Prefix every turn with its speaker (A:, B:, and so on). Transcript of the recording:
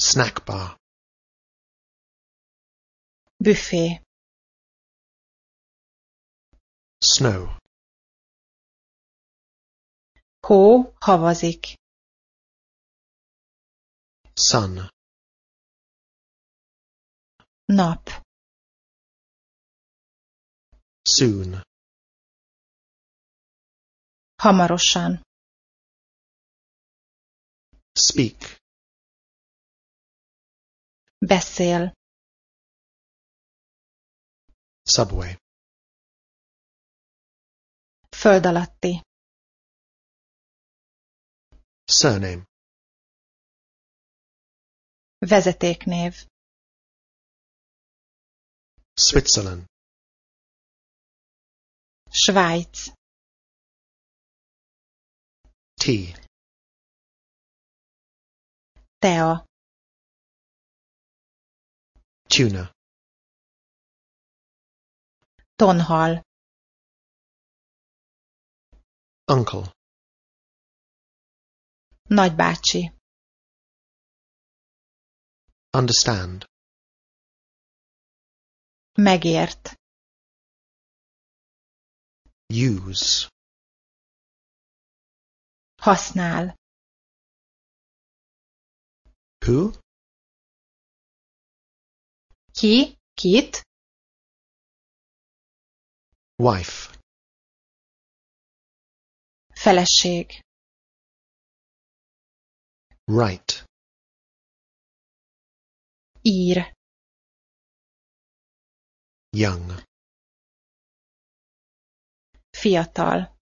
A: snack bar
B: buffet
A: snow
B: Hó havazik.
A: sun
B: Nap.
A: soon
B: Hamarosan.
A: speak
B: Beszél.
A: subway
B: Föld alatti.
A: surname
B: Vezetéknév.
A: switzerland
B: Svájc.
A: tea
B: Tea.
A: tuna
B: Tonhal.
A: uncle
B: Nagybácsi.
A: understand
B: Megért.
A: use
B: Használ.
A: who
B: Ki? Kit?
A: wife
B: Feleség.
A: right
B: Ír.
A: young
B: Fiatal.